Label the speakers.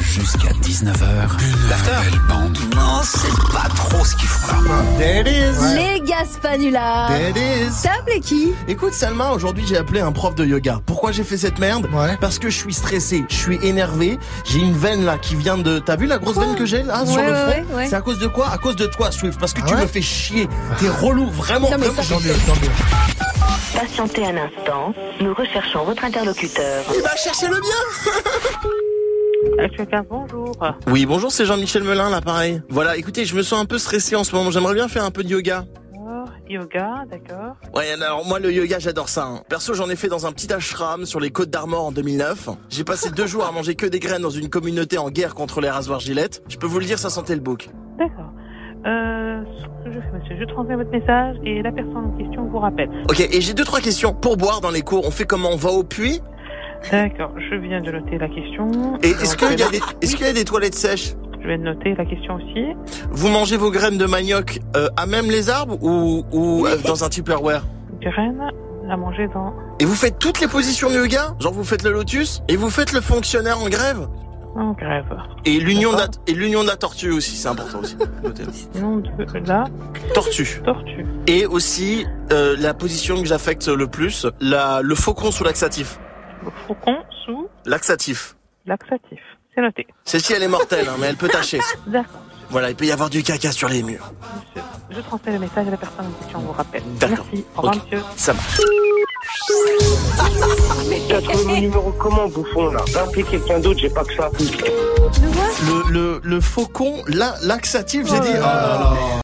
Speaker 1: Jusqu'à 19h. L'after Belle bande. Non, c'est pas trop ce qu'il faut là.
Speaker 2: There it is.
Speaker 3: Les Gaspanulas
Speaker 2: There it is.
Speaker 3: T'as appelé qui
Speaker 2: Écoute Salma, aujourd'hui j'ai appelé un prof de yoga. Pourquoi j'ai fait cette merde
Speaker 4: Ouais.
Speaker 2: Parce que je suis stressé, je suis énervé, j'ai une veine là qui vient de... T'as vu la grosse veine que j'ai là sur
Speaker 3: Ouais,
Speaker 2: le
Speaker 3: ouais,
Speaker 2: front
Speaker 3: ouais, ouais.
Speaker 2: C'est à cause de quoi À cause de toi Swift, parce que tu
Speaker 4: Ah ouais
Speaker 2: me fais chier. T'es relou, vraiment.
Speaker 3: Ah. Non, mais ça-
Speaker 2: vraiment, j'en ai-
Speaker 4: tant mieux.
Speaker 5: Patientez un instant, nous recherchons votre interlocuteur.
Speaker 2: Il va chercher Eh ben, le bien
Speaker 6: Euh, Je vais faire bonjour.
Speaker 2: Oui, bonjour, c'est Jean-Michel Melin l'appareil. Voilà, écoutez, je me sens un peu stressé en ce moment, j'aimerais bien faire un peu de yoga.
Speaker 6: Oh, yoga, d'accord.
Speaker 2: Ouais, alors moi le yoga j'adore ça. hein. Perso j'en ai fait dans un petit ashram sur les côtes d'Armor en 2009. J'ai passé deux jours à manger que des graines dans une communauté en guerre contre les rasoirs gilettes. Je peux vous le dire, ça sentait le bouc.
Speaker 6: D'accord. Euh, ce que je fais, monsieur, je transmets votre message et la personne en question vous rappelle.
Speaker 2: Ok, et j'ai deux trois questions. Pour boire dans les cours, on fait comment On va au puits
Speaker 6: D'accord, je viens de noter la question.
Speaker 2: Et est-ce
Speaker 6: Donc,
Speaker 2: qu'il y, a
Speaker 6: je vais-
Speaker 2: des- est-ce qu'il y a des toilettes sèches
Speaker 6: Je vais noter la question aussi.
Speaker 2: Vous mangez vos graines de manioc euh, à même les arbres ou, ou euh, dans un Tupperware
Speaker 6: Graines à manger dans...
Speaker 2: Et vous faites toutes les positions de yoga Genre vous faites le lotus et vous faites le fonctionnaire en grève
Speaker 6: En grève.
Speaker 2: Et l'union de la-
Speaker 6: D'accord.
Speaker 2: et l'union de la tortue aussi, c'est important aussi. Notez-le.
Speaker 6: Nom de la
Speaker 2: Tortue.
Speaker 6: tortue.
Speaker 2: Et aussi, euh, la position que j'affecte le plus, la, le faucon sous laxatif.
Speaker 6: Le faucon sous
Speaker 2: Laxatif.
Speaker 6: laxatif. C'est noté.
Speaker 2: Celle-ci, elle est mortelle, hein, mais elle peut tâcher.
Speaker 6: D'accord,
Speaker 2: Voilà, il peut y avoir du caca sur les murs.
Speaker 6: monsieur. Je transmets le message et la personne en question vous rappelle.
Speaker 2: D'accord.
Speaker 6: Merci. Au revoir,
Speaker 2: Ok.
Speaker 6: monsieur.
Speaker 2: Ça marche.
Speaker 7: T'as trouvé mon numéro comment, bouffon, là Rappelez quelqu'un d'autre, j'ai pas que ça.
Speaker 3: Le vois
Speaker 2: Le, le, le faucon la, laxatif, j'ai dit. Oh là là.